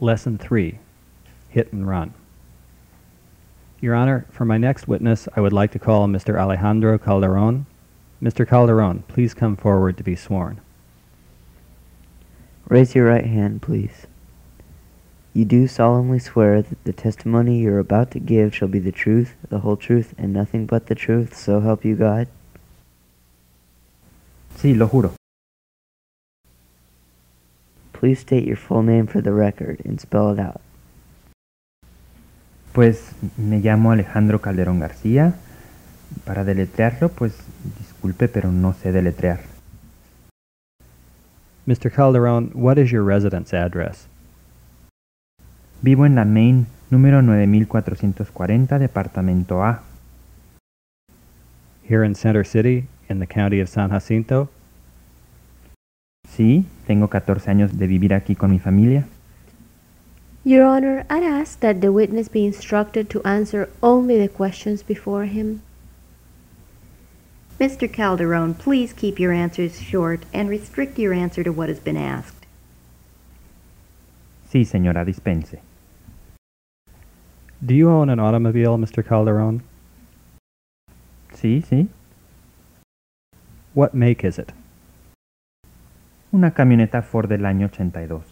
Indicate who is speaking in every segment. Speaker 1: Lesson 3 Hit and Run. Your Honor, for my next witness, I would like to call Mr. Alejandro Calderon. Mr. Calderon, please come forward to be sworn.
Speaker 2: Raise your right hand, please. You do solemnly swear that the testimony you're about to give shall be the truth, the whole truth, and nothing but the truth, so help you God?
Speaker 3: Sí, lo juro.
Speaker 2: Please state your full name for the record and spell it out.
Speaker 3: Pues me llamo Alejandro Calderón García. Para deletrearlo, pues disculpe, pero no sé deletrear.
Speaker 1: Mr. Calderon, what is your residence address?
Speaker 3: Vivo en la Main número 9440, departamento A.
Speaker 1: Here in Center City, in the county of San Jacinto?
Speaker 3: Sí, tengo 14 años de vivir aquí con mi familia.
Speaker 4: Your Honor, I ask that the witness be instructed to answer only the questions before him.
Speaker 5: Mr. Calderon, please keep your answers short and restrict your answer to what has been asked.
Speaker 3: Sí, señora, dispense.
Speaker 1: Do you own an automobile, Mr. Calderon?
Speaker 3: Sí, sí.
Speaker 1: What make is it?
Speaker 3: Una camioneta Ford del año 82.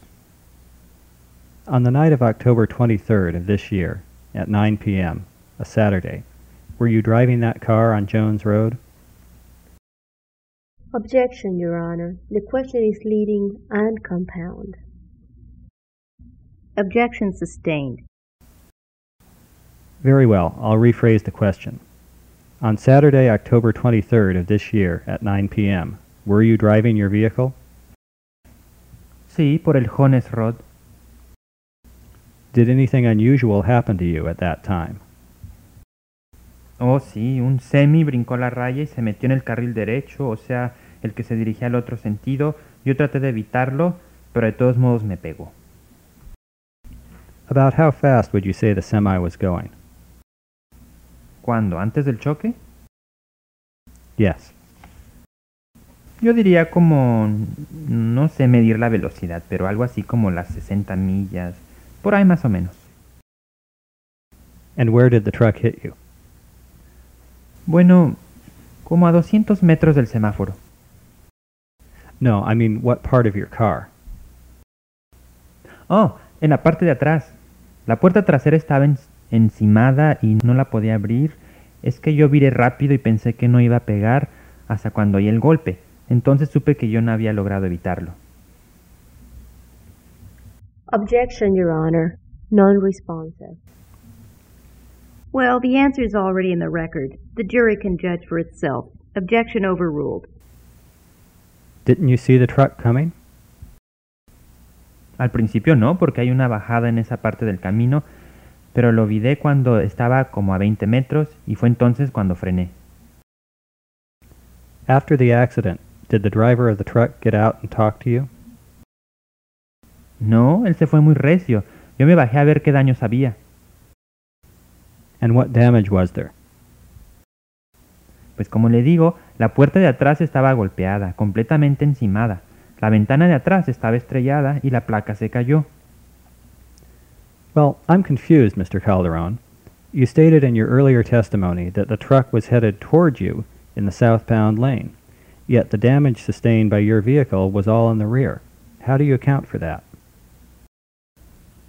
Speaker 1: On the night of October 23rd of this year, at 9 p.m., a Saturday, were you driving that car on Jones Road?
Speaker 4: Objection, Your Honor. The question is leading and compound.
Speaker 5: Objection sustained.
Speaker 1: Very well, I'll rephrase the question. On Saturday, October 23rd of this year at 9 p.m., were you driving your vehicle?
Speaker 3: Sí, por el Jones Road.
Speaker 1: Did anything unusual happen to you at that time?
Speaker 3: Oh, sí, un semi brincó la raya y se metió en el carril derecho, o sea, el que se dirigía al otro sentido. Yo traté de evitarlo, pero de todos modos me pegó.
Speaker 1: About how fast would you say the semi was going?
Speaker 3: ¿Cuándo? ¿Antes del choque?
Speaker 1: Yes.
Speaker 3: Yo diría como... no sé medir la velocidad, pero algo así como las 60 millas, por ahí más o menos.
Speaker 1: And where did the truck hit you?
Speaker 3: Bueno, como a 200 metros del semáforo.
Speaker 1: No, I mean, what part of your car?
Speaker 3: Oh, en la parte de atrás. La puerta trasera estaba en- encimada y no la podía abrir. Es que yo viré rápido y pensé que no iba a pegar hasta cuando oí el golpe. Entonces supe que yo no había logrado evitarlo.
Speaker 4: Objection, Your Honor. Non responsive.
Speaker 5: Well, the answer is already in the record. The jury can judge for itself. Objection overruled.
Speaker 1: Didn't you see the truck coming?
Speaker 3: Al principio no, porque hay una bajada en esa parte del camino, pero lo vidé cuando estaba como a 20 metros y fue entonces cuando frené.
Speaker 1: After the accident, did the driver of the truck get out and talk to you?
Speaker 3: No, él se fue muy recio. Yo me bajé a ver qué daños había.
Speaker 1: And what damage was there?
Speaker 3: Pues como le digo, la puerta de atrás estaba golpeada, completamente encimada. La ventana de atrás estaba estrellada y la placa se cayó.
Speaker 1: Well, I'm confused, Mr. Calderon. You stated in your earlier testimony that the truck was headed toward you in the southbound lane, yet the damage sustained by your vehicle was all in the rear. How do you account for that?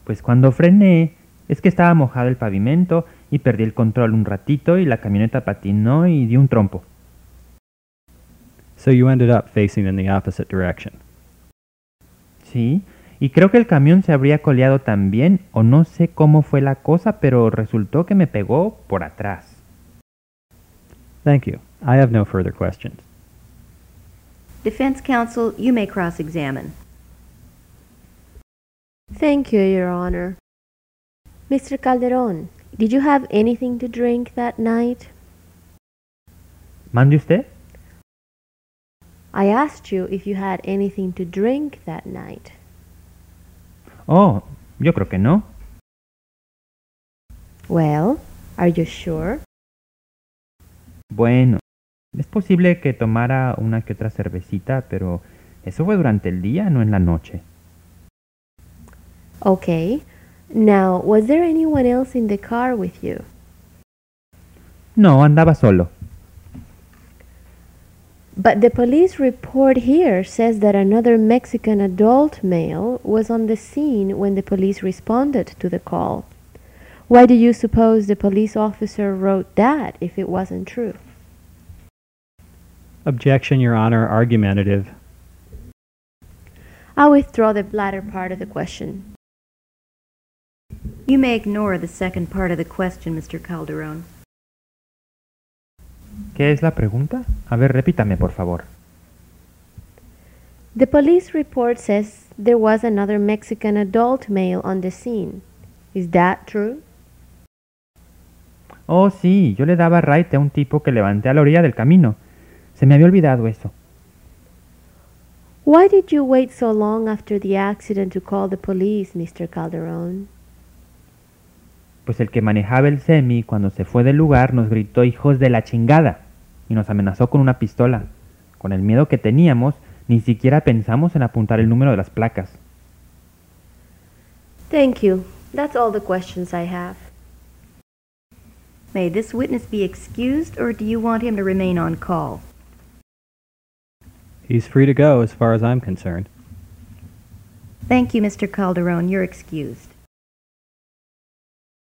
Speaker 3: Pues cuando frené, es que estaba mojado el pavimento y perdí el control un ratito y la camioneta patinó y dio un trompo.
Speaker 1: So you ended up facing in the opposite direction.
Speaker 3: Sí, y creo que el camión se habría coleado también o no sé cómo fue la cosa, pero resultó que me pegó por atrás.
Speaker 1: Thank you. I have no further questions.
Speaker 5: Defense counsel, you may cross examine.
Speaker 4: Thank you, Your Honor. Mr. Calderon, did you have anything to drink that night?
Speaker 3: ¿Mande usted?
Speaker 4: I asked you if you had anything to drink that night.
Speaker 3: Oh, yo creo que no.
Speaker 4: Well, are you sure?
Speaker 3: Bueno, es posible que tomara una que otra cervecita, pero eso fue durante el día, no en la noche.
Speaker 4: Okay. Now, was there anyone else in the car with you?
Speaker 3: No, andaba solo.
Speaker 4: But the police report here says that another Mexican adult male was on the scene when the police responded to the call. Why do you suppose the police officer wrote that if it wasn't true?
Speaker 1: Objection, Your Honor, argumentative.
Speaker 4: I withdraw the latter part of the question.
Speaker 5: You may ignore the second part of the question, Mr. Calderon.
Speaker 3: ¿Qué es la pregunta? A ver, repítame, por favor.
Speaker 4: The police report says there was another Mexican adult male on the scene. Is that true?
Speaker 3: Oh, sí, yo le daba right a un tipo que levanté a la orilla del camino. Se me había olvidado eso.
Speaker 4: Why did you wait so long after the accident to call the police, Mr. Calderon?
Speaker 3: Pues el que manejaba el semi, cuando se fue del lugar, nos gritó hijos de la chingada y nos amenazó con una pistola. Con el miedo que teníamos, ni siquiera pensamos en apuntar el número de las placas.
Speaker 4: Thank you. That's all the questions I have.
Speaker 5: May this witness be excused, or do you want him to remain on call?
Speaker 1: He's free to go as far as I'm concerned.
Speaker 5: Thank you, Mr. Calderon. You're excused.